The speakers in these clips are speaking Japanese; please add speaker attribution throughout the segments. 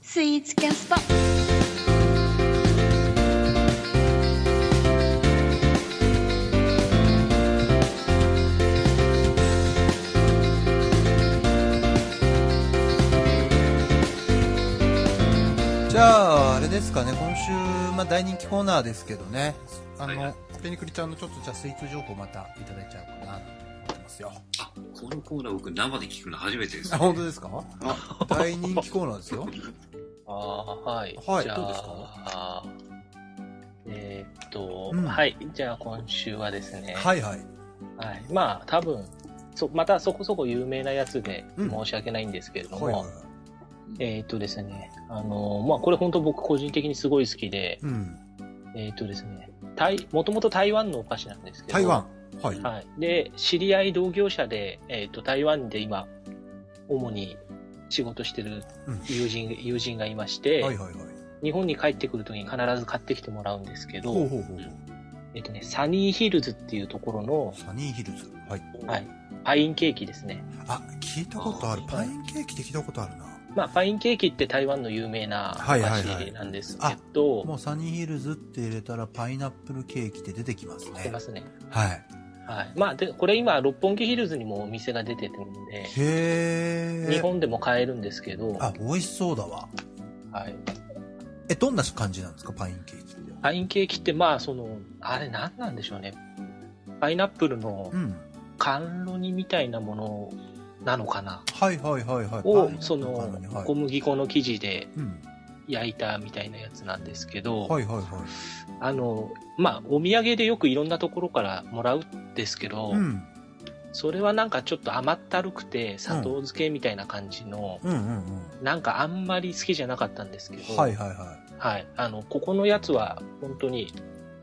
Speaker 1: スイーツキャスト
Speaker 2: じゃあ、あれですかね、今週、まあ、大人気コーナーですけどね、あ
Speaker 3: はいは
Speaker 2: の
Speaker 3: い、
Speaker 2: ペニクリちゃんのちょっとじゃあスイーツ情報またいただいちゃおうかなと思ってますよ。
Speaker 3: あ、このコーナー僕生で聞くの初めてです
Speaker 2: あ、。 本当ですか大人気コーナーですよ。
Speaker 4: ああ、はい。
Speaker 2: はい
Speaker 4: じゃあ
Speaker 2: どうですか
Speaker 4: えーっと、
Speaker 2: うん
Speaker 4: はい。じゃあ今週はですね、は
Speaker 2: はいはい。
Speaker 4: い。まあ多分、そまたそこそこ有名なやつで
Speaker 2: うん
Speaker 4: 申し訳ないんですけれども、
Speaker 2: はいはい。
Speaker 4: えーっとですね、あの、まあこれ本当僕個人的にすごい好きで、
Speaker 2: うん。
Speaker 4: えーっとですね、台、もともと台湾のお菓子なんですけど、
Speaker 2: 台湾。はい。
Speaker 4: はい。で、知り合い同業者で、えっ、と、台湾で今、主に仕事してる
Speaker 2: うん
Speaker 4: 友人、友人がいまして、
Speaker 2: はいはいはい。
Speaker 4: 日本に帰ってくるときに必ず買ってきてもらうんですけ
Speaker 2: ほう
Speaker 4: ど、
Speaker 2: ほうほうほう。
Speaker 4: えっ、とね、サニーヒルズっていうところの
Speaker 2: サニーヒルズ。はい。
Speaker 4: はいパインケーキですね。
Speaker 2: あ、聞いたことある。パインケーキって聞いたことあるな。
Speaker 4: まあ、パインケーキって台湾の有名なお
Speaker 2: はいは
Speaker 4: 菓
Speaker 2: いはい
Speaker 4: 子なんですけど、
Speaker 2: もうサニーヒルズって入れたらパイナップルケーキって出てきます
Speaker 4: 出
Speaker 2: ね
Speaker 4: ま。すね。
Speaker 2: はい。
Speaker 4: はい。まあ、で、これ今、六本木ヒルズにもお店が出てるんで、
Speaker 2: へー。
Speaker 4: 日本でも買えるんですけど、
Speaker 2: あ、美味しそうだわ。
Speaker 4: はい。
Speaker 2: え、どんな感じなんですか、パインケーキって。
Speaker 4: パインケーキって、まあ、その、あれ何なんでしょうね。パイナップルの
Speaker 2: うん。
Speaker 4: 甘露煮みたいなものなのかな
Speaker 2: はいはいはいはい。
Speaker 4: を
Speaker 2: パイナップル、
Speaker 4: そ
Speaker 2: パイ
Speaker 4: の
Speaker 2: ナップルはい、
Speaker 4: 小麦粉の生地で
Speaker 2: うん。
Speaker 4: 焼いたみたいなやつなんですけど、
Speaker 2: はいはいは
Speaker 4: あの、まあ、お土産でよくいろんなところからもらうんですけ
Speaker 2: い。
Speaker 4: ど
Speaker 2: う、ん。
Speaker 4: それはなんかちょっと甘ったるくて、砂糖漬けみたいな感じの、
Speaker 2: うんうん
Speaker 4: なんかあんまり好きじゃなかったんですけ
Speaker 2: うん。
Speaker 4: ど、
Speaker 2: はいはいは
Speaker 4: はい。あの、ここのやつは本当に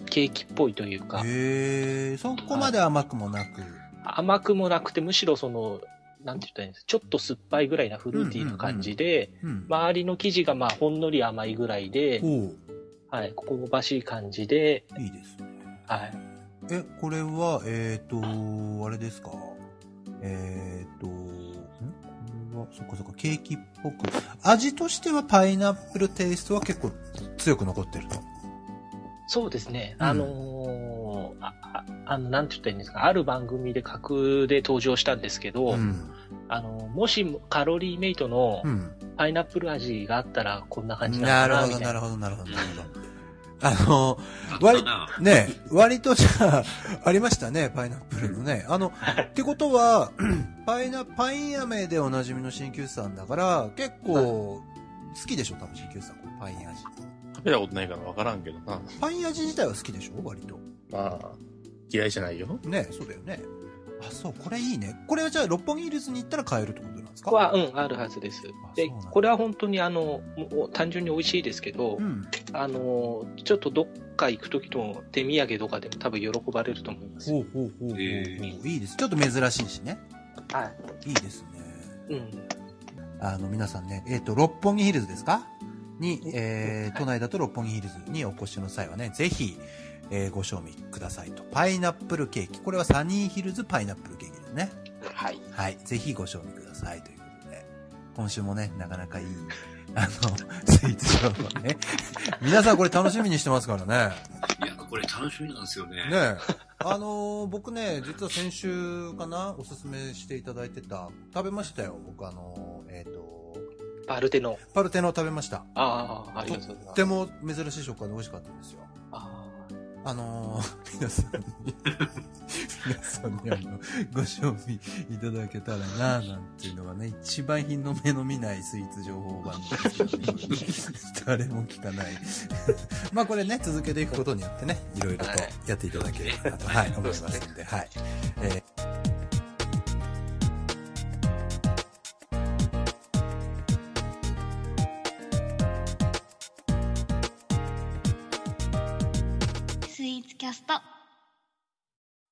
Speaker 4: ケーキっぽいというか
Speaker 2: い。、へえ、そこまで甘くもなく。
Speaker 4: 甘くもなくて、むしろその、なんて言ったらいいんですちょっと酸っぱいぐらいなフルーティーな感じで、
Speaker 2: うん。
Speaker 4: 周りの生地がまあほんのり甘いぐらいで、
Speaker 2: おう
Speaker 4: はい、香ばしい感じで、
Speaker 2: いいですね。
Speaker 4: はい。
Speaker 2: え、これは、えっ、ー、と、あれですか。えっ、ー、と、んこれは、そっかそっか、ケーキっぽく。味としてはパイナップルテイストは結構強く残ってると。
Speaker 4: そうですね、
Speaker 2: うん
Speaker 4: あのーあああの、なんて言ったらいいんですか、ある番組で架空で登場したんですけど、
Speaker 2: うん。
Speaker 4: あの、もしもカロリーメイトの
Speaker 2: うん。
Speaker 4: パイナップル味があったらこんな感じ
Speaker 2: な
Speaker 4: なの
Speaker 2: る
Speaker 4: かな
Speaker 2: ほ
Speaker 4: み
Speaker 2: ど、
Speaker 4: た
Speaker 2: な
Speaker 4: いな。
Speaker 2: るほど、なるほど、なるほど。あの、
Speaker 3: あったな。
Speaker 2: ねえ、割とじゃあ、ありましたね、パイナップルのね。あの、ってことは、パイナ、パイン飴でおなじみの鍼灸師さんだから、結構、好きでしょ、多分鍼灸師さん、このパイン味。
Speaker 5: 食べたことないから分からんけどな。
Speaker 2: パイン味自体は好きでしょ、割と。
Speaker 5: まあ、嫌いじゃないよ。
Speaker 2: ねえ、そうだよね。あ、そう、これいいね。これはじゃあ、六本木ヒルズに行ったら買えるってことなんですか
Speaker 4: は、うん、あるはずです。で
Speaker 2: そうなんだ、
Speaker 4: これは本当にあの、もう単純に美味しいですけど、
Speaker 2: うん。
Speaker 4: あの、ちょっとどっか行くときの手土産とかでも多分喜ばれると思います。
Speaker 2: ほうほうほうほう。
Speaker 3: え
Speaker 2: いいです。ちょっと珍しいしね。
Speaker 4: はい
Speaker 2: いですね。
Speaker 4: い。うん。
Speaker 2: あの、皆さんね、えっ、と、六本木ヒルズですかに、えー、都内だと六本木ヒルズにお越しの際はね、ぜひ、えー、ご賞味くださいと。パイナップルケーキ。これはサニーヒルズパイナップルケーキですね。
Speaker 4: はい。
Speaker 2: はい。ぜひご賞味くださいということで。今週もね、なかなかいい、あの、 スイーツ情報ね。 皆さんこれ楽しみにしてますからね。
Speaker 3: いや、これ楽しみなんですよね。
Speaker 2: ねえ。あのー僕ね、実は先週かな、おすすめしていただいてた、食べましたよ。僕あのーえっ、と、
Speaker 4: バルテの。
Speaker 2: パルテノを食べました。
Speaker 4: ああ、ありがとう
Speaker 2: と
Speaker 4: ござい
Speaker 2: っ
Speaker 4: ます
Speaker 2: て。も珍しい食感で美味しかったんですよ。
Speaker 4: あ
Speaker 2: あのー 皆さんに、皆さんにあの、ご賞味いただけたらなぁなんていうのがね、一番日の目の見ないスイーツ情報番組ですけどね、誰も聞かない。 まあこれね、続けていくことによってね、いろいろとやっていただければなと、はい、思いますんで、はい。
Speaker 1: スイーツキャスト